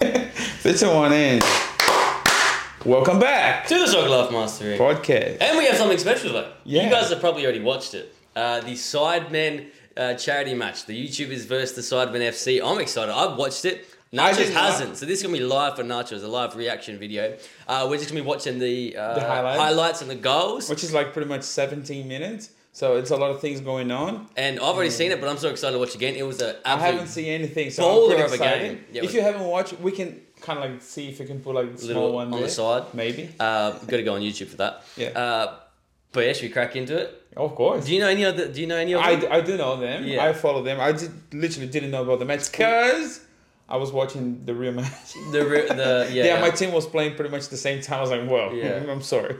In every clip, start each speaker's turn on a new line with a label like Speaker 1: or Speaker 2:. Speaker 1: 51 inch. Welcome back.
Speaker 2: To the Shock Laugh Mastery.
Speaker 1: Podcast.
Speaker 2: And we have something special today.
Speaker 1: Yeah.
Speaker 2: You guys have probably already watched it. Uh, the Sidemen uh, charity match. The YouTubers versus the Sidemen FC. I'm excited. I've watched it. Nachos
Speaker 1: didn't know.
Speaker 2: hasn't. So this is going to be live for Nachos, a live reaction video. Uh, we're just going to be watching the, uh,
Speaker 1: The highlights.
Speaker 2: and the goals.
Speaker 1: Which is like pretty much 17 minutes. So it's a lot of things going on.
Speaker 2: and I've already seen it, but I'm so excited to watch again. It was an
Speaker 1: Mm. I haven't
Speaker 2: absolute
Speaker 1: seen anything, so
Speaker 2: Baller
Speaker 1: I'm pretty
Speaker 2: of a
Speaker 1: excited.
Speaker 2: game. Yeah,
Speaker 1: if
Speaker 2: we-
Speaker 1: you haven't watched, we can kind of like see if we can put like a small
Speaker 2: little
Speaker 1: one
Speaker 2: on the
Speaker 1: there.
Speaker 2: side.
Speaker 1: Maybe.
Speaker 2: Uh, got to go on YouTube for that.
Speaker 1: Yeah.
Speaker 2: Uh, but yeah, should we crack into it?
Speaker 1: Of course.
Speaker 2: Do you know any other? Do you know any other?
Speaker 1: I, I do know them.
Speaker 2: Yeah.
Speaker 1: I follow them. I did, literally didn't know about the match because I was watching the real match.
Speaker 2: The re- the- yeah, yeah.
Speaker 1: my team was playing pretty much the same time. I was like, whoa,
Speaker 2: Yeah.
Speaker 1: I'm sorry.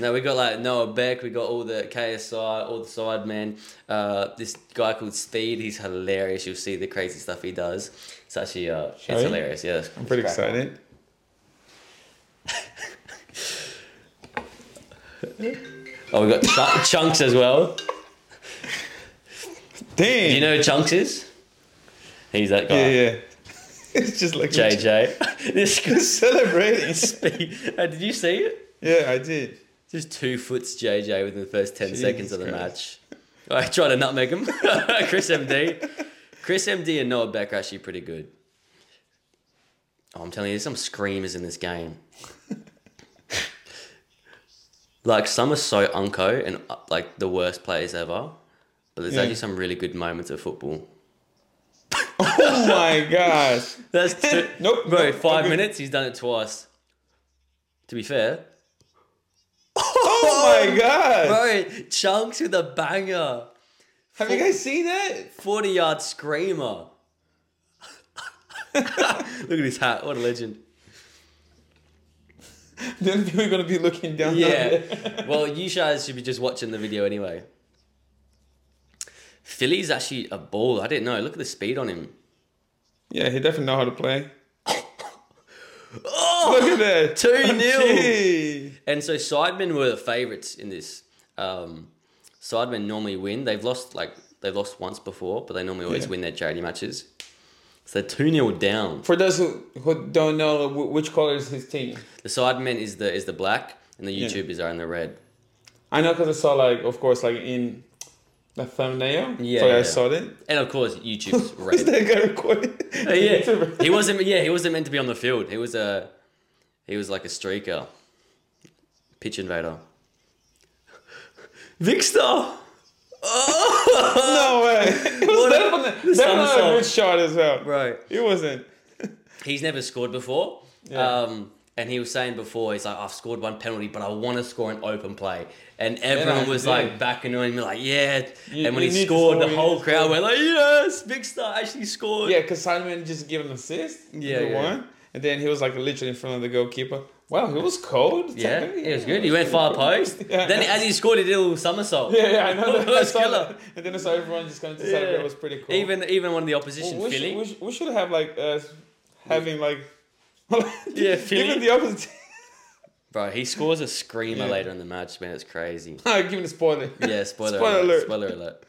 Speaker 2: No, we got like Noah Beck, we got all the KSI, all the sidemen. Uh, this guy called Speed, he's hilarious. You'll see the crazy stuff he does. It's actually uh, it's
Speaker 1: Shall we?
Speaker 2: hilarious. Yeah, it's-
Speaker 1: I'm pretty
Speaker 2: it's crack.
Speaker 1: excited.
Speaker 2: Oh, we got Ch- Chunks as well.
Speaker 1: Damn.
Speaker 2: Do you know who Chunks is? He's that guy.
Speaker 1: Yeah, yeah. it's just like
Speaker 2: JJ. this guy's
Speaker 1: celebrating.
Speaker 2: Speed. Uh, did you see it?
Speaker 1: yeah, I did.
Speaker 2: Just two foots JJ within the first ten
Speaker 1: Jesus
Speaker 2: seconds of the
Speaker 1: Christ.
Speaker 2: match. I tried to nutmeg him. Chris MD. Chris MD and Noah Beck are actually pretty good. Oh, I'm telling you, there's some screamers in this game. like some are so unco and uh, like the worst players ever, but there's
Speaker 1: Yeah.
Speaker 2: actually some really good moments of football.
Speaker 1: Oh my gosh.
Speaker 2: That's two,
Speaker 1: Nope,
Speaker 2: bro.
Speaker 1: nope,
Speaker 2: five
Speaker 1: okay.
Speaker 2: minutes, he's done it twice. To be fair,
Speaker 1: Oh my gosh.
Speaker 2: bro, chunks with a banger,
Speaker 1: Have you guys seen that?
Speaker 2: forty yard screamer. Look at his hat. What a legend.
Speaker 1: Then people are gonna be looking down.
Speaker 2: Yeah. well, you guys should be just watching the video anyway. Philly's actually a ball. I didn't know. Look at the speed on him.
Speaker 1: yeah, he definitely know how to play.
Speaker 2: Oh!
Speaker 1: Look at that. Oh,
Speaker 2: 2-0.
Speaker 1: Gee.
Speaker 2: And so Sidemen were the favourites in this. Um, Sidemen normally win. They've lost like they've lost once before, but they normally always
Speaker 1: Yeah.
Speaker 2: win their charity matches. So they're two 0 down.
Speaker 1: For those who, who don't know, wh- which color is his team?
Speaker 2: The Sidemen is the is the black, and the YouTubers are in the red.
Speaker 1: I know because I saw like, of course, like in the thumbnail.
Speaker 2: Yeah,
Speaker 1: so
Speaker 2: yeah.
Speaker 1: I saw it.
Speaker 2: And of course, YouTube's
Speaker 1: Is
Speaker 2: red.
Speaker 1: that guy recording?
Speaker 2: Uh, yeah, he wasn't. Yeah, he wasn't meant to be on the field. He was a, he was like a streaker, pitch invader. Vixter,
Speaker 1: no way. It was
Speaker 2: What a-
Speaker 1: definitely, definitely a
Speaker 2: somersault.
Speaker 1: good shot as well.
Speaker 2: right?
Speaker 1: It wasn't.
Speaker 2: He's never scored before.
Speaker 1: Yeah.
Speaker 2: Um, and he was saying before, he's like, I've scored one penalty, but I want to score an open play. And everyone
Speaker 1: I
Speaker 2: was
Speaker 1: did.
Speaker 2: like backing him, like, yeah.
Speaker 1: You-
Speaker 2: and when
Speaker 1: you
Speaker 2: he
Speaker 1: need to
Speaker 2: scored,
Speaker 1: score,
Speaker 2: the
Speaker 1: you
Speaker 2: whole
Speaker 1: need to
Speaker 2: crowd
Speaker 1: score.
Speaker 2: went like, yes, Vixter actually scored.
Speaker 1: Yeah, because Simon just gave an assist.
Speaker 2: Yeah,
Speaker 1: the
Speaker 2: yeah.
Speaker 1: one, and then he was like literally in front of the goalkeeper. Wow, he was cold.
Speaker 2: Yeah,
Speaker 1: technically.
Speaker 2: it was
Speaker 1: Yeah,
Speaker 2: good. He went far post.
Speaker 1: Yeah.
Speaker 2: Then as he scored, he did a little somersault.
Speaker 1: Yeah, yeah, I know. That.
Speaker 2: It was
Speaker 1: I saw
Speaker 2: killer.
Speaker 1: that. And then I saw everyone just coming to
Speaker 2: Yeah.
Speaker 1: celebrate. It was pretty cool.
Speaker 2: Even even one of the
Speaker 1: Well,
Speaker 2: opposition,
Speaker 1: we,
Speaker 2: Philly.
Speaker 1: should, we, should, we should have like us having like
Speaker 2: Yeah, Philly.
Speaker 1: even the opposite.
Speaker 2: Bro, he scores a screamer
Speaker 1: Yeah.
Speaker 2: later in the match, man. It's crazy.
Speaker 1: Ah, give me the spoiler.
Speaker 2: Yeah, spoiler,
Speaker 1: Spoiler
Speaker 2: alert.
Speaker 1: alert.
Speaker 2: Spoiler alert.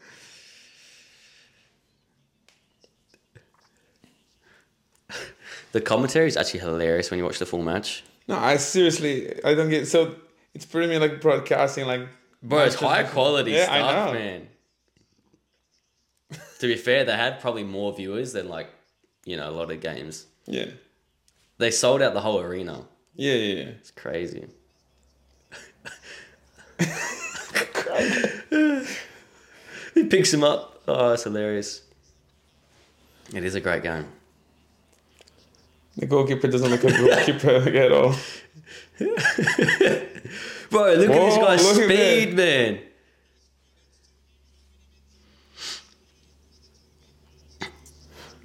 Speaker 2: the commentary is actually hilarious when you watch the full match.
Speaker 1: No, I seriously, I don't get. So it's pretty much like broadcasting, like
Speaker 2: Bro, it's
Speaker 1: matches.
Speaker 2: high quality
Speaker 1: Yeah, I
Speaker 2: stuff,
Speaker 1: know.
Speaker 2: man. to be fair, they had probably more viewers than like, you know, a lot of games.
Speaker 1: Yeah,
Speaker 2: They sold out the whole arena.
Speaker 1: yeah, yeah. yeah.
Speaker 2: It's crazy. he picks him up. Oh, it's hilarious. It is a great game.
Speaker 1: The goalkeeper doesn't look a goalkeeper like, at all.
Speaker 2: Bro, look at this
Speaker 1: Whoa,
Speaker 2: guy's
Speaker 1: look at
Speaker 2: speed, man.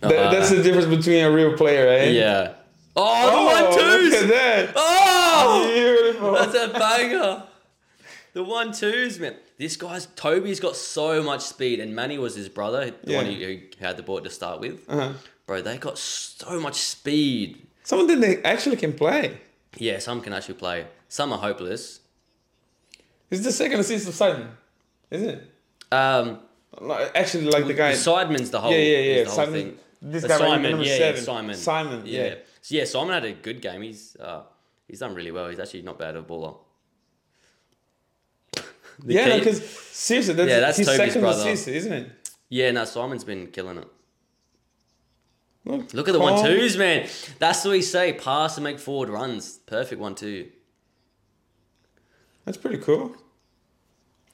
Speaker 1: That, that's the difference between a real player, right?
Speaker 2: Uh-huh. Yeah. Oh, the one
Speaker 1: look at
Speaker 2: twos.
Speaker 1: that.
Speaker 2: Oh,
Speaker 1: Beautiful.
Speaker 2: that's a banger. The one twos, man. This guy's Toby's got so much speed, and Manny was his brother, the one
Speaker 1: Yeah.
Speaker 2: who, who had the ball to start with.
Speaker 1: uh-huh.
Speaker 2: Bro, they got so much speed.
Speaker 1: Someone that they actually can play.
Speaker 2: Yeah, some can actually play. Some are hopeless.
Speaker 1: It's the second assist of Simon, isn't it?
Speaker 2: Um,
Speaker 1: Like, Actually, like the
Speaker 2: the
Speaker 1: guy.
Speaker 2: Sidemen's the whole,
Speaker 1: yeah, yeah,
Speaker 2: is
Speaker 1: yeah.
Speaker 2: the whole
Speaker 1: Simon.
Speaker 2: thing.
Speaker 1: This
Speaker 2: The
Speaker 1: guy right here,
Speaker 2: Simon,
Speaker 1: number
Speaker 2: yeah, yeah,
Speaker 1: seven.
Speaker 2: Simon.
Speaker 1: Simon, yeah.
Speaker 2: So yeah, Simon had a good game. He's uh, he's done really well. He's actually not bad at baller. The
Speaker 1: yeah,
Speaker 2: key-
Speaker 1: because seriously, that's,
Speaker 2: Yeah, that's
Speaker 1: his
Speaker 2: Toby's
Speaker 1: second
Speaker 2: brother.
Speaker 1: assist, isn't it?
Speaker 2: yeah, no, Simon's been killing it.
Speaker 1: Look,
Speaker 2: Look at the
Speaker 1: Cole-
Speaker 2: one twos, man. That's what we say: pass and make forward runs. Perfect one two.
Speaker 1: That's pretty cool.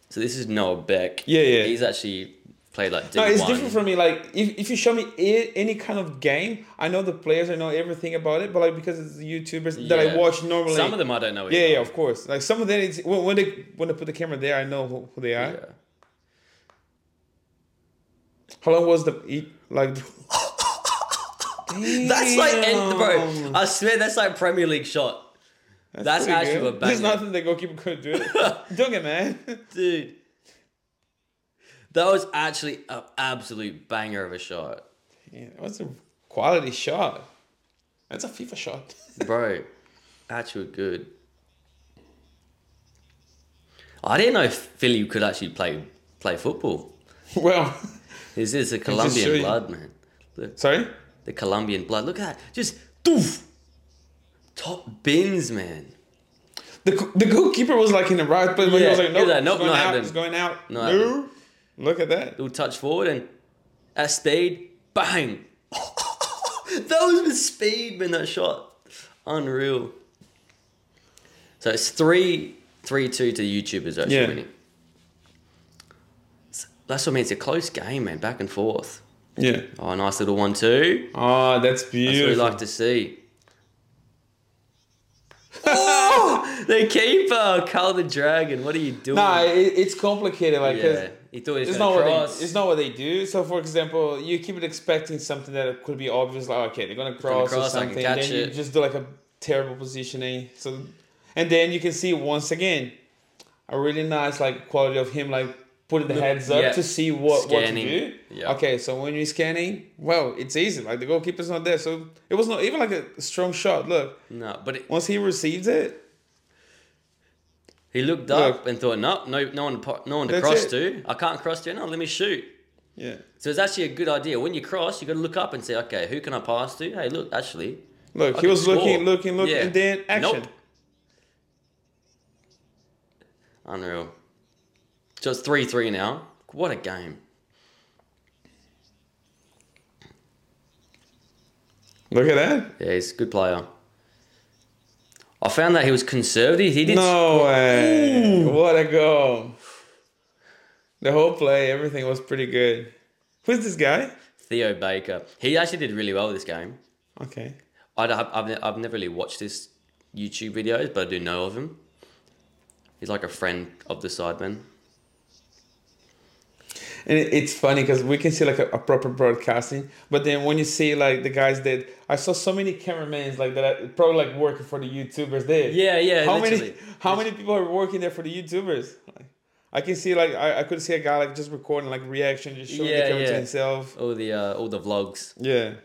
Speaker 2: So this is Noah Beck.
Speaker 1: Yeah, yeah.
Speaker 2: He's actually played like
Speaker 1: No, it's
Speaker 2: D1.
Speaker 1: different for me. Like, if, if you show me a, any kind of game, I know the players, I know everything about it, but like because it's YouTubers that I
Speaker 2: Yeah.
Speaker 1: watch normally.
Speaker 2: Some of them I don't know.
Speaker 1: yeah,
Speaker 2: either.
Speaker 1: yeah, of course. Like some of them, it's, when, when they when they put the camera there, I know who, who they are.
Speaker 2: Yeah.
Speaker 1: How long was the he- like?
Speaker 2: That's like, and, bro,
Speaker 1: Damn.
Speaker 2: I swear that's like Premier League shot. That's,
Speaker 1: pretty
Speaker 2: actually
Speaker 1: good.
Speaker 2: a
Speaker 1: There's
Speaker 2: banger.
Speaker 1: nothing the goalkeeper could do. Doing it, man.
Speaker 2: Dude. That was actually an absolute banger of a shot.
Speaker 1: Yeah, that's a quality shot. That's a FIFA shot.
Speaker 2: Bro, actually good. I didn't know Philly could actually play play football.
Speaker 1: well,
Speaker 2: Is this the
Speaker 1: show
Speaker 2: Colombian
Speaker 1: you-
Speaker 2: blood, man? Look,
Speaker 1: sorry.
Speaker 2: the Colombian blood. Look at that. Just doof. Top bins, man.
Speaker 1: The, the goalkeeper was like in the right place, but he
Speaker 2: Yeah,
Speaker 1: was like,
Speaker 2: he
Speaker 1: nope,
Speaker 2: was like, nope,
Speaker 1: it's going
Speaker 2: not
Speaker 1: out,
Speaker 2: happening.
Speaker 1: it's going out.
Speaker 2: Not
Speaker 1: no, look at that.
Speaker 2: Little touch forward and at speed, bang. that was with speed, man. That shot, unreal. So it's three, three, two to the YouTubers actually
Speaker 1: Yeah.
Speaker 2: winning. S- That's what I mean. It's a close game, man. Back and forth.
Speaker 1: Yeah.
Speaker 2: Oh, nice little one two.
Speaker 1: Oh, that's
Speaker 2: That's what we
Speaker 1: beautiful.
Speaker 2: like to see. oh, the keeper, Carl the Dragon. What are you doing?
Speaker 1: nah, it, it's complicated, like, 'cause
Speaker 2: yeah, he thought he was
Speaker 1: it's
Speaker 2: gonna
Speaker 1: not what
Speaker 2: cross.
Speaker 1: they, it's not what they do. So, for example, you keep it expecting something that could be obvious, like okay, they're gonna cross,
Speaker 2: cross,
Speaker 1: or
Speaker 2: I can
Speaker 1: something.
Speaker 2: catch
Speaker 1: then you
Speaker 2: it.
Speaker 1: just do like a terrible positioning. So, and then you can see once again a really nice like quality of him like putting the heads up
Speaker 2: yeah.
Speaker 1: to see what
Speaker 2: Scanning.
Speaker 1: what to do.
Speaker 2: Yeah.
Speaker 1: Okay, so when you're scanning, well, it's easy. Like the goalkeeper's not there, so it was not even like a strong shot. Look,
Speaker 2: no, but it,
Speaker 1: once he receives it,
Speaker 2: He looked up and thought, nope, no, no one, to po- no one to
Speaker 1: That's
Speaker 2: cross
Speaker 1: it.
Speaker 2: to. I can't cross to. No, let me shoot.
Speaker 1: yeah.
Speaker 2: So it's actually a good idea. When you cross, you got to look up and say, okay, who can I pass to? Hey, look, actually,
Speaker 1: Look,
Speaker 2: I
Speaker 1: he
Speaker 2: can
Speaker 1: was looking,
Speaker 2: score.
Speaker 1: looking, looking,
Speaker 2: Yeah.
Speaker 1: and then action.
Speaker 2: Nope. unreal. So it's three three now. What a game!
Speaker 1: Look at that.
Speaker 2: Yeah, he's a good player. I found that he was conservative. He did.
Speaker 1: No way. What a goal. The whole play, everything was pretty good. Who's this guy?
Speaker 2: Theo Baker. He actually did really well this game.
Speaker 1: Okay.
Speaker 2: I don't- I've, I've, I've never really watched his YouTube videos, but I do know of him. He's like a friend of the sidemen.
Speaker 1: And it- it's funny because we can see like a, a proper broadcasting, but then when you see like the guys that I saw so many cameramans like that I, probably like working for the YouTubers there.
Speaker 2: Yeah, yeah.
Speaker 1: How
Speaker 2: literally.
Speaker 1: many? How many people are working there for the YouTubers? Like, I can see like I, I could see a guy like just recording like reaction, just showing the
Speaker 2: Yeah,
Speaker 1: camera to
Speaker 2: yeah.
Speaker 1: himself.
Speaker 2: all the uh, all the vlogs.
Speaker 1: Yeah.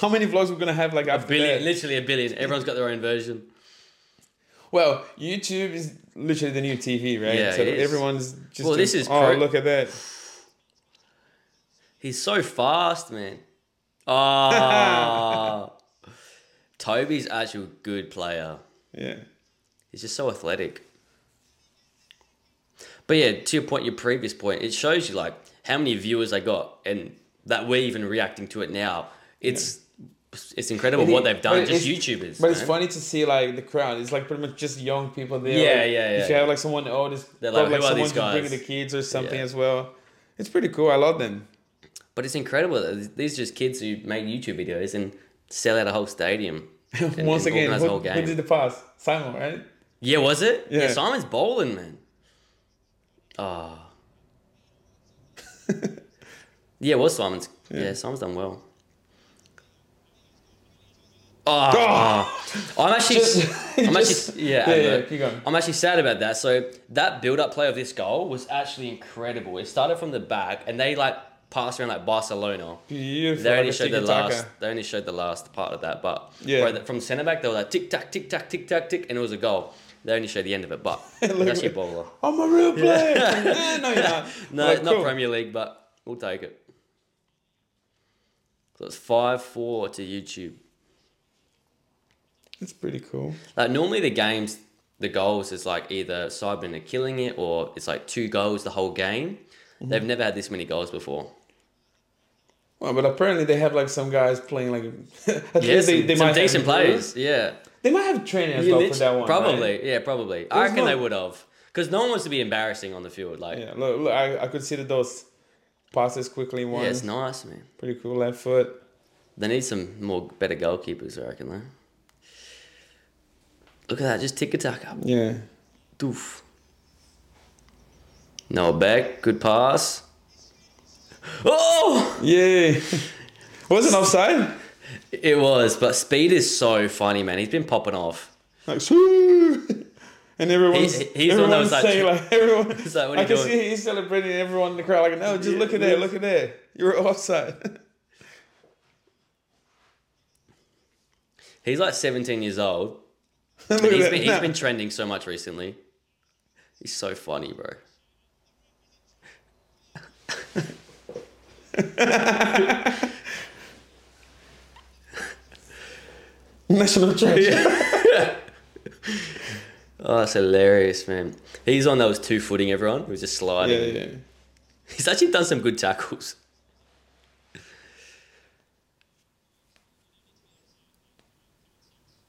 Speaker 1: How many vlogs we're gonna have like after
Speaker 2: Billion,
Speaker 1: that?
Speaker 2: literally a billion. Everyone's got their own version.
Speaker 1: Well, YouTube is literally the new TV, right?
Speaker 2: Yeah,
Speaker 1: so
Speaker 2: it is.
Speaker 1: everyone's just.
Speaker 2: Well, this
Speaker 1: doing-
Speaker 2: is
Speaker 1: Oh,
Speaker 2: pro-
Speaker 1: look at that!
Speaker 2: He's so fast, man. Ah, Toby's actually a good player.
Speaker 1: Yeah,
Speaker 2: He's just so athletic. But yeah, to your point, your previous point, it shows you like how many viewers they got, and that we're even reacting to it now. It's it's incredible
Speaker 1: It-
Speaker 2: what they've done.
Speaker 1: but
Speaker 2: Just
Speaker 1: it's-
Speaker 2: YouTubers,
Speaker 1: but it's
Speaker 2: man.
Speaker 1: funny to see like the crowd. It's like pretty much just young people there.
Speaker 2: Yeah,
Speaker 1: like,
Speaker 2: yeah,
Speaker 1: If
Speaker 2: yeah,
Speaker 1: you have
Speaker 2: yeah.
Speaker 1: like someone old, it's
Speaker 2: They're like,
Speaker 1: probably like
Speaker 2: "Who are
Speaker 1: someone
Speaker 2: these
Speaker 1: just bringing the
Speaker 2: guys?"
Speaker 1: kids or something
Speaker 2: Yeah.
Speaker 1: as well. It's pretty cool. I love them.
Speaker 2: But it's incredible. that These are just kids who make YouTube videos and sell out a whole stadium. and-
Speaker 1: Once
Speaker 2: and
Speaker 1: again,
Speaker 2: organise
Speaker 1: who,
Speaker 2: a whole
Speaker 1: who
Speaker 2: game.
Speaker 1: did the pass? Simon, right?
Speaker 2: Yeah, was it? Yeah.
Speaker 1: Yeah.
Speaker 2: Simon's bowling, man. Ah. yeah, it was Simon's. Yeah. Simon's done well. Ah. I'm actually.
Speaker 1: Just-
Speaker 2: I'm
Speaker 1: just-
Speaker 2: actually. Yeah,
Speaker 1: yeah,
Speaker 2: I know.
Speaker 1: yeah, keep going.
Speaker 2: I'm actually sad about that. So that build-up play of this goal was actually incredible. It started from the back, and they like passed around like Barcelona.
Speaker 1: Beautiful.
Speaker 2: They
Speaker 1: like
Speaker 2: only
Speaker 1: a
Speaker 2: showed the
Speaker 1: tiki-taka.
Speaker 2: last. They only showed the last part of that, but
Speaker 1: Yeah.
Speaker 2: bro, that- from centre back, they were like tick tack, tick tack, tick tack, tick, and it was a goal. They only showed the end of it, but it was
Speaker 1: Look
Speaker 2: actually a
Speaker 1: at-
Speaker 2: bowler.
Speaker 1: I'm a real player. Yeah, no, you're not.
Speaker 2: No,
Speaker 1: Like,
Speaker 2: not
Speaker 1: cool.
Speaker 2: Premier League, but we'll take it. So it's five four to YouTube.
Speaker 1: It's pretty cool.
Speaker 2: Like normally the games, the goals is like either Sidemen are killing it or it's like two goals the whole game.
Speaker 1: Mm-hmm.
Speaker 2: They've never had this many goals before.
Speaker 1: Well, but apparently they have like some guys playing like at least
Speaker 2: Yes, they,
Speaker 1: they, they might
Speaker 2: some
Speaker 1: have
Speaker 2: decent
Speaker 1: recruits.
Speaker 2: players. Yeah,
Speaker 1: They might have training as
Speaker 2: You
Speaker 1: well for
Speaker 2: lit-
Speaker 1: that one.
Speaker 2: probably.
Speaker 1: right?
Speaker 2: Yeah, probably. I
Speaker 1: There's
Speaker 2: reckon
Speaker 1: no-
Speaker 2: they would have because no one wants to be embarrassing on the field. Like, yeah,
Speaker 1: Yeah, look, look I, I could see that those passes quickly one.
Speaker 2: it's nice, man.
Speaker 1: Pretty cool left foot.
Speaker 2: They need some more better goalkeepers, I reckon. Though. Look at that, just tick attack up.
Speaker 1: Yeah.
Speaker 2: Doof. Noah Beck, good pass. Oh,
Speaker 1: Yay. Was it offside?
Speaker 2: it was, but speed is so funny, man. He's been popping off.
Speaker 1: Like, "Swoo!" and everyone's,
Speaker 2: He- he's the one that
Speaker 1: everyone's
Speaker 2: was like-
Speaker 1: saying like, everyone.
Speaker 2: He's like, "What are
Speaker 1: I
Speaker 2: you
Speaker 1: can
Speaker 2: doing?"
Speaker 1: see he's celebrating. Everyone in the crowd like, no, just look at that, look at that. You're offside.
Speaker 2: He's like 17 years old,
Speaker 1: look
Speaker 2: But
Speaker 1: at
Speaker 2: he's
Speaker 1: that.
Speaker 2: been, he's
Speaker 1: No.
Speaker 2: been trending so much recently. He's so funny, bro.
Speaker 1: National trash.
Speaker 2: Oh, that's hilarious, man. He's on those two footing, everyone. He was just
Speaker 1: yeah,
Speaker 2: sliding.
Speaker 1: yeah.
Speaker 2: He's actually done some good tackles.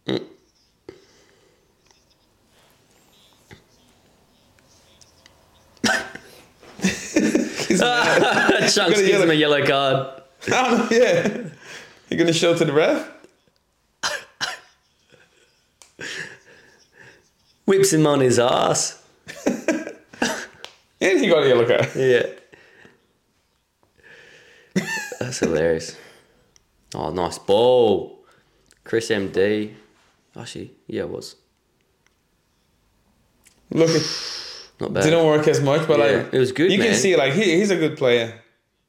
Speaker 2: Mm.
Speaker 1: He's mad.
Speaker 2: Chunks
Speaker 1: Gonna
Speaker 2: gives
Speaker 1: yell
Speaker 2: him a
Speaker 1: at-
Speaker 2: yellow card.
Speaker 1: Oh, yeah. You're gonna show to the ref?
Speaker 2: Whips him on his ass.
Speaker 1: And he got a yellow card.
Speaker 2: Yeah. That's hilarious. Oh, nice ball. Chris MD. Actually, yeah, it was.
Speaker 1: Look, it
Speaker 2: Not bad.
Speaker 1: didn't work as much, but
Speaker 2: Yeah,
Speaker 1: like
Speaker 2: it was good,
Speaker 1: You
Speaker 2: man.
Speaker 1: can see like he, he's a good player.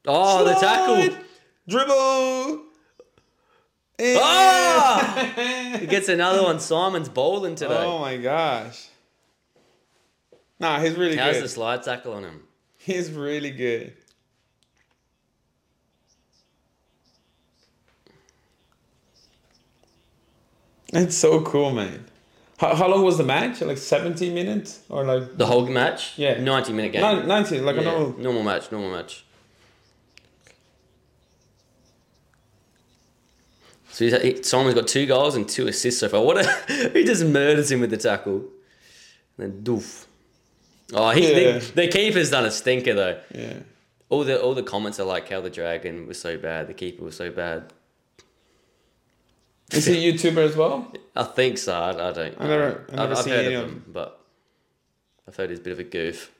Speaker 2: Oh, the tackle.
Speaker 1: Slide, dribble. And-
Speaker 2: Ah! he gets another one. Simon's bowling today.
Speaker 1: Oh my gosh. Nah, he's really
Speaker 2: How's
Speaker 1: good.
Speaker 2: the slide tackle on him?
Speaker 1: He's really good. It's so cool, man. How, how long was the match? Like 70 minutes? Or like
Speaker 2: The whole match?
Speaker 1: Yeah.
Speaker 2: 90 minute game.
Speaker 1: nine- 90, like a
Speaker 2: Yeah,
Speaker 1: normal.
Speaker 2: normal match, normal match. So he's, he, Simon's got two goals and two assists so far. What a, he just murders him with the tackle. And then doof. Oh, he,
Speaker 1: Yeah.
Speaker 2: the, the keeper's done a stinker though.
Speaker 1: Yeah.
Speaker 2: All the all the comments are like how the dragon was so bad, the keeper was so bad.
Speaker 1: Is he a YouTuber as well?
Speaker 2: I think so. I, I don't.
Speaker 1: I never- I
Speaker 2: I've,
Speaker 1: never
Speaker 2: I've
Speaker 1: seen
Speaker 2: heard
Speaker 1: any
Speaker 2: of
Speaker 1: of
Speaker 2: him, but I've heard he's a bit of a goof.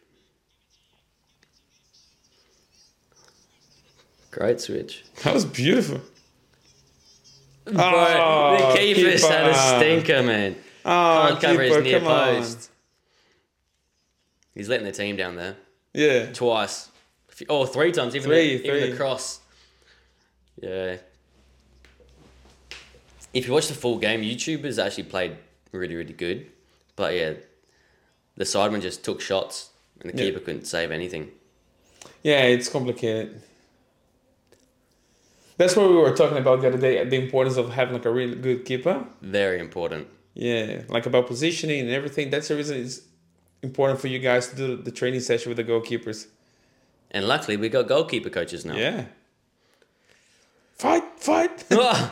Speaker 2: Great switch.
Speaker 1: That was beautiful.
Speaker 2: Bro, the keeper's had a
Speaker 1: Oh, keeper.
Speaker 2: stinker, man.
Speaker 1: Oh,
Speaker 2: Can't cover his
Speaker 1: keeper,
Speaker 2: near
Speaker 1: come on.
Speaker 2: post. He's letting the team down there
Speaker 1: Yeah.
Speaker 2: twice. A few- Oh, three times. Even
Speaker 1: Three,
Speaker 2: the, even
Speaker 1: three.
Speaker 2: the cross. Yeah. If you watch the full game, YouTubers actually played really, really good. But yeah, the sideman just took shots and the
Speaker 1: Yeah.
Speaker 2: keeper couldn't save anything.
Speaker 1: Yeah, it's complicated. That's what we were talking about the other day, the importance of having like a really good keeper.
Speaker 2: Very important.
Speaker 1: Yeah, like about positioning and everything. That's the reason it's important for you guys to do the training session with the goalkeepers.
Speaker 2: And luckily, we got goalkeeper coaches now.
Speaker 1: Yeah. Fight, fight.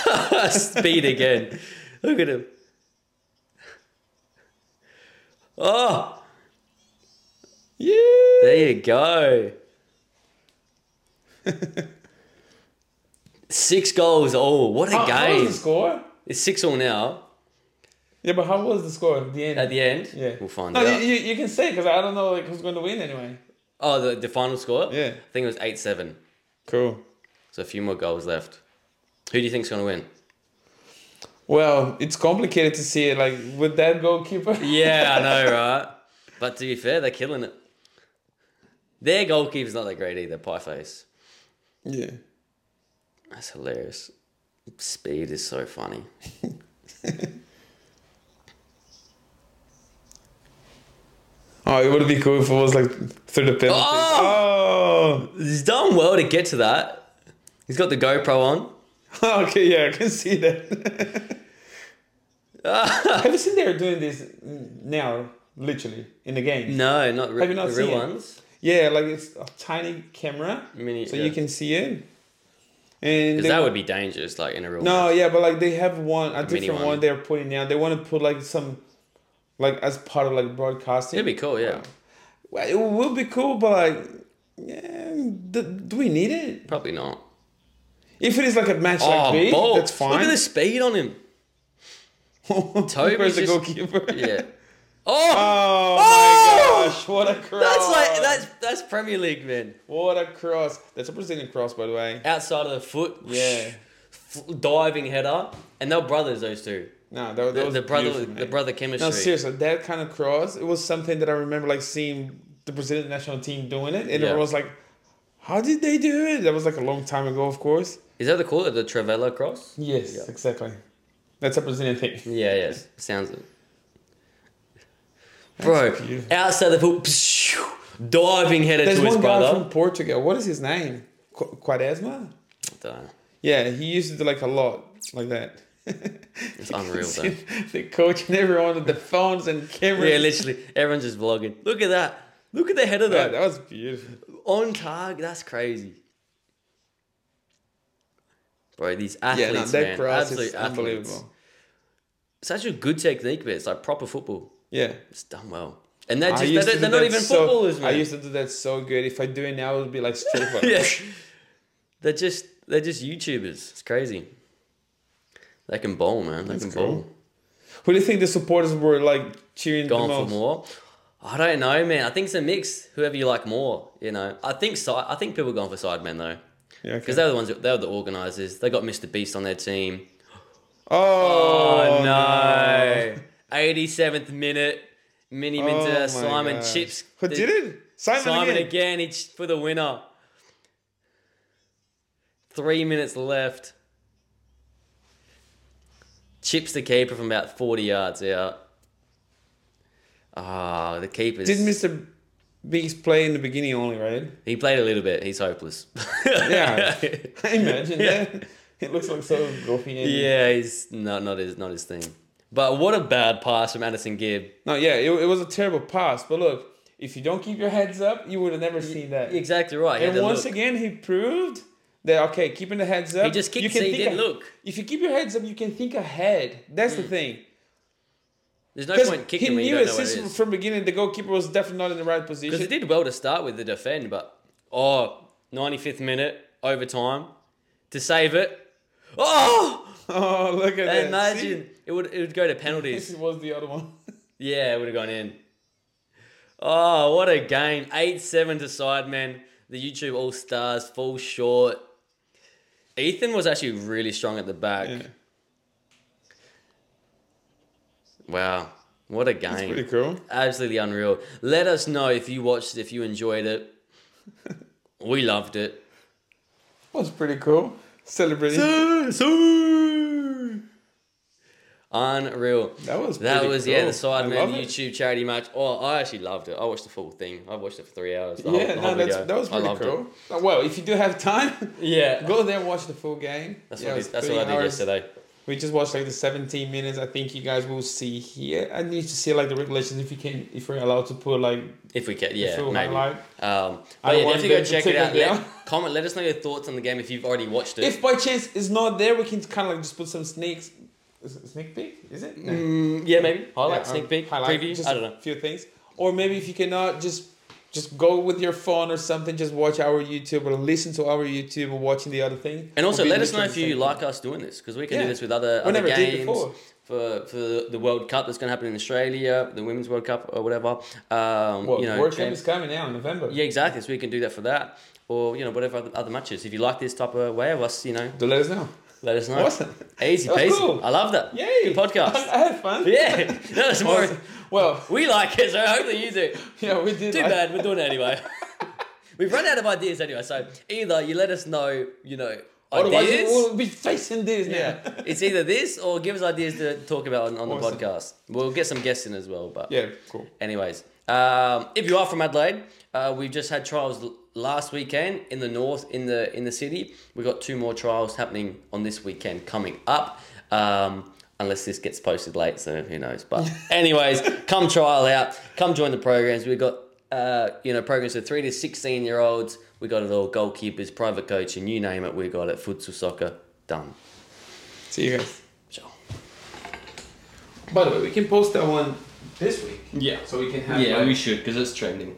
Speaker 2: Ah! Speed again. Look at him. Oh,
Speaker 1: yeah.
Speaker 2: there you go. Six goals all. What a
Speaker 1: How, how was
Speaker 2: game.
Speaker 1: the score?
Speaker 2: It's six all now
Speaker 1: Yeah, but how was the score at the end?
Speaker 2: at the end.
Speaker 1: yeah.
Speaker 2: We'll find
Speaker 1: no,
Speaker 2: out.
Speaker 1: You, you, you can say because I don't know like who's going to win anyway.
Speaker 2: Oh, the, the final score?
Speaker 1: Yeah.
Speaker 2: I think it was 8 7.
Speaker 1: Cool.
Speaker 2: So a few more goals left. Who do you think's going to win?
Speaker 1: Well, it's complicated to see it like with that goalkeeper.
Speaker 2: Yeah, I know, right? But to be fair, they're killing it. Their goalkeeper's not that great either, pie face.
Speaker 1: Yeah.
Speaker 2: That's hilarious. Speed is so funny.
Speaker 1: Oh, it would be cool if it was like through the penalty. Oh!
Speaker 2: He's done well to get to that. He's got the GoPro on.
Speaker 1: Oh! Okay, yeah, I can see that. Have you seen they're doing this now, literally in the game?
Speaker 2: No, not, re-
Speaker 1: Have you not
Speaker 2: the real
Speaker 1: seen it?
Speaker 2: ones.
Speaker 1: Yeah, like it's a tiny camera,
Speaker 2: Mini-
Speaker 1: so
Speaker 2: yeah.
Speaker 1: you can see it. And
Speaker 2: 'Cause
Speaker 1: they-
Speaker 2: that would be dangerous, like in a real.
Speaker 1: no, yeah, but like they have one a
Speaker 2: mini
Speaker 1: different
Speaker 2: one.
Speaker 1: one. they're putting out. They want to put like some, like as part of like broadcasting.
Speaker 2: it'd be cool. Yeah,
Speaker 1: Well, it will be cool, but like, yeah, do, do we need it?
Speaker 2: probably not.
Speaker 1: If it is like a match like this,
Speaker 2: ball.
Speaker 1: that's fine.
Speaker 2: Oh, Look at the speed on him.
Speaker 1: Where's the
Speaker 2: just-
Speaker 1: goalkeeper?
Speaker 2: Yeah. Oh,
Speaker 1: Oh,
Speaker 2: Oh!
Speaker 1: my gosh! What a cross!
Speaker 2: that's like that's that's Premier League, man.
Speaker 1: what a cross. That's a Brazilian cross, by the way.
Speaker 2: Outside of the foot.
Speaker 1: Yeah.
Speaker 2: F- diving header, and they're brothers. Those two.
Speaker 1: No, that, that
Speaker 2: The,
Speaker 1: was
Speaker 2: the brother,
Speaker 1: beautiful,
Speaker 2: the
Speaker 1: man.
Speaker 2: brother chemistry.
Speaker 1: No, seriously, that kind of cross, it was something that I remember like seeing the Brazilian national team doing it, and
Speaker 2: Yeah.
Speaker 1: it was like, how did they do it? That was like a long time ago, of course.
Speaker 2: Is that the call it? The Travella cross?
Speaker 1: Yes,
Speaker 2: Yeah.
Speaker 1: exactly. That's a Brazilian thing.
Speaker 2: Yeah, yeah. Sounds it. Bro,
Speaker 1: beautiful.
Speaker 2: outside the foot, diving header
Speaker 1: There's
Speaker 2: to his
Speaker 1: one guy
Speaker 2: brother.
Speaker 1: from Portugal. What is his name? Qu- Quaresma.
Speaker 2: Dunno.
Speaker 1: Yeah, he used to do like a lot like that.
Speaker 2: It's unreal,
Speaker 1: See the coach and everyone with the phones and cameras.
Speaker 2: Yeah, literally. Everyone's just vlogging. Look at that. Look at the header
Speaker 1: Yeah,
Speaker 2: though.
Speaker 1: that was beautiful.
Speaker 2: On target. That's crazy. Bro, these athletes,
Speaker 1: Yeah, no, that
Speaker 2: man.
Speaker 1: cross
Speaker 2: absolute
Speaker 1: is
Speaker 2: athletes.
Speaker 1: unbelievable.
Speaker 2: Such a good technique, but it's like proper football.
Speaker 1: Yeah.
Speaker 2: It's done well. And that
Speaker 1: I
Speaker 2: just,
Speaker 1: used
Speaker 2: they're,
Speaker 1: to do
Speaker 2: they're not
Speaker 1: that
Speaker 2: even
Speaker 1: so-
Speaker 2: footballers, man.
Speaker 1: I used to do that so good. If I do it now, it would be like straight up.
Speaker 2: yeah. They're just they're just YouTubers. It's crazy. They can bowl, man. They can bowl.
Speaker 1: Who do you think the supporters were like cheering the
Speaker 2: Going
Speaker 1: most?
Speaker 2: for more. I don't know, man. I think it's a mix. Whoever you like more, you know. I think side. I think people are going for Sidemen though,
Speaker 1: Yeah, okay.
Speaker 2: because they were the ones. That, they were the organisers. They got Mr Beast on their team.
Speaker 1: oh,
Speaker 2: Oh, no! Eighty-seventh minute, Mini Minter,
Speaker 1: Oh my
Speaker 2: Simon
Speaker 1: gosh.
Speaker 2: Chips.
Speaker 1: Who
Speaker 2: the-
Speaker 1: did it? Simon,
Speaker 2: Simon
Speaker 1: again.
Speaker 2: again. It's for the winner. Three minutes left. Chips the keeper from about 40 yards out. Ah, the keeper's.
Speaker 1: Did Mr. Beast play in the beginning only, right?
Speaker 2: He played a little bit. He's hopeless.
Speaker 1: Yeah. I imagine that. It looks like so goofy. and-
Speaker 2: yeah, he's not, not, his, not his thing. But what a bad pass from Addison Gibb.
Speaker 1: No, yeah, it, it was a terrible pass. But look, if you don't keep your heads up, you would have never seen that.
Speaker 2: Exactly right. He had
Speaker 1: And
Speaker 2: to
Speaker 1: once
Speaker 2: look.
Speaker 1: again, he proved that okay, keeping the heads up.
Speaker 2: He just kicked, so he
Speaker 1: think
Speaker 2: didn't
Speaker 1: a-
Speaker 2: look.
Speaker 1: If you keep your heads up, you can think ahead. That's the thing.
Speaker 2: There's no
Speaker 1: Because
Speaker 2: point
Speaker 1: he
Speaker 2: kicking when you
Speaker 1: knew it
Speaker 2: don't know what it
Speaker 1: since
Speaker 2: is.
Speaker 1: from beginning the goalkeeper was definitely not in the right
Speaker 2: Because
Speaker 1: position.
Speaker 2: it did well to start with the defend, but oh, 95th minute, overtime, to save it. Oh!
Speaker 1: Oh, look at that!
Speaker 2: Imagine it would it would go to
Speaker 1: See? this
Speaker 2: penalties.
Speaker 1: was the other one.
Speaker 2: Yeah, it would have gone in. Oh, what a game. 8 7 to side, man. The YouTube All Stars fall short. Ethan was actually really strong at the back.
Speaker 1: Yeah,
Speaker 2: Wow. What a game.
Speaker 1: pretty cool.
Speaker 2: absolutely unreal. Let us know if you watched it, if you enjoyed it. we loved it.
Speaker 1: Was pretty cool. Celebrating.
Speaker 2: Unreal.
Speaker 1: that was
Speaker 2: That
Speaker 1: pretty
Speaker 2: was
Speaker 1: cool.
Speaker 2: yeah the
Speaker 1: I
Speaker 2: side man
Speaker 1: love
Speaker 2: the
Speaker 1: it.
Speaker 2: YouTube charity match. Oh, I actually loved it. I watched the full thing. I watched it for three hours. the whole-
Speaker 1: Yeah,
Speaker 2: the whole
Speaker 1: no, that's,
Speaker 2: video.
Speaker 1: that was
Speaker 2: I
Speaker 1: pretty
Speaker 2: loved
Speaker 1: cool. Oh, Well, if you do have time,
Speaker 2: It. Yeah,
Speaker 1: go there and watch the full game.
Speaker 2: that's
Speaker 1: Yeah, it
Speaker 2: what I
Speaker 1: was
Speaker 2: did, that's
Speaker 1: three
Speaker 2: what I did
Speaker 1: hours.
Speaker 2: yesterday.
Speaker 1: We just watched like the 17 minutes. I think you guys will see here. I need to see like the regulations if you can, if we're allowed to put like
Speaker 2: If we can,
Speaker 1: the
Speaker 2: yeah,
Speaker 1: full
Speaker 2: maybe.
Speaker 1: highlight.
Speaker 2: Um,
Speaker 1: I
Speaker 2: but yeah,
Speaker 1: want
Speaker 2: definitely go
Speaker 1: them to
Speaker 2: check it
Speaker 1: take it
Speaker 2: out. Let,
Speaker 1: down.
Speaker 2: comment. Let us know your thoughts on the game if you've already watched it.
Speaker 1: If by chance it's not there, we can kind of like just put some sneaks. Is it sneak peek? Is it? No.
Speaker 2: Mm, yeah, maybe highlight,
Speaker 1: Yeah,
Speaker 2: sneak
Speaker 1: um,
Speaker 2: peek,
Speaker 1: highlight,
Speaker 2: preview.
Speaker 1: Just
Speaker 2: I don't know.
Speaker 1: A few things, or maybe if you cannot, just just go with your phone or something. Just watch our YouTube or listen to our YouTube or watching the other thing.
Speaker 2: And also,
Speaker 1: Or be
Speaker 2: let us know
Speaker 1: literally
Speaker 2: if you
Speaker 1: the same
Speaker 2: like us doing this because we can do
Speaker 1: Yeah.
Speaker 2: this with other,
Speaker 1: We
Speaker 2: other
Speaker 1: never did
Speaker 2: games
Speaker 1: before.
Speaker 2: for for the World Cup that's going to happen in Australia, the Women's World Cup or whatever. Um,
Speaker 1: thing. Well,
Speaker 2: you know,
Speaker 1: World Cup
Speaker 2: champ-
Speaker 1: is coming now in November.
Speaker 2: yeah, exactly. So we can do that for that, or you know, whatever other, other matches. If you like this type of way of us, you know,
Speaker 1: Do let us know.
Speaker 2: let us know.
Speaker 1: Awesome.
Speaker 2: Easy
Speaker 1: That was
Speaker 2: peasy.
Speaker 1: cool.
Speaker 2: I love that.
Speaker 1: Yay!
Speaker 2: Good podcast.
Speaker 1: I had fun.
Speaker 2: yeah, that was more.
Speaker 1: Awesome. Well,
Speaker 2: We like it, so hopefully you do.
Speaker 1: yeah, we did.
Speaker 2: Too
Speaker 1: like-
Speaker 2: bad. We're doing it anyway. We've run out of ideas anyway. So either you let us know, you know,
Speaker 1: Otherwise,
Speaker 2: ideas.
Speaker 1: we'll be facing this
Speaker 2: Yeah,
Speaker 1: now.
Speaker 2: it's either this or give us ideas to talk about on, on
Speaker 1: Awesome.
Speaker 2: the podcast. We'll get some guests in as well. But
Speaker 1: Yeah, cool.
Speaker 2: anyways, um, if you are from Adelaide, uh, we've just had trials l- last weekend in the north, in the in the city. We've got two more trials happening on this weekend coming up. Um, unless this gets posted late, so who knows. But anyways, come trial out, come join the programs. We've got uh, you know programs for three to sixteen year olds. We got it all: goalkeepers, private coaching, you name it. We got it. Futsal soccer done.
Speaker 1: See you guys.
Speaker 2: Ciao.
Speaker 1: By the way, we can post that one this week.
Speaker 3: Yeah.
Speaker 1: So we can have
Speaker 3: Yeah,
Speaker 1: like,
Speaker 3: we should because it's trending.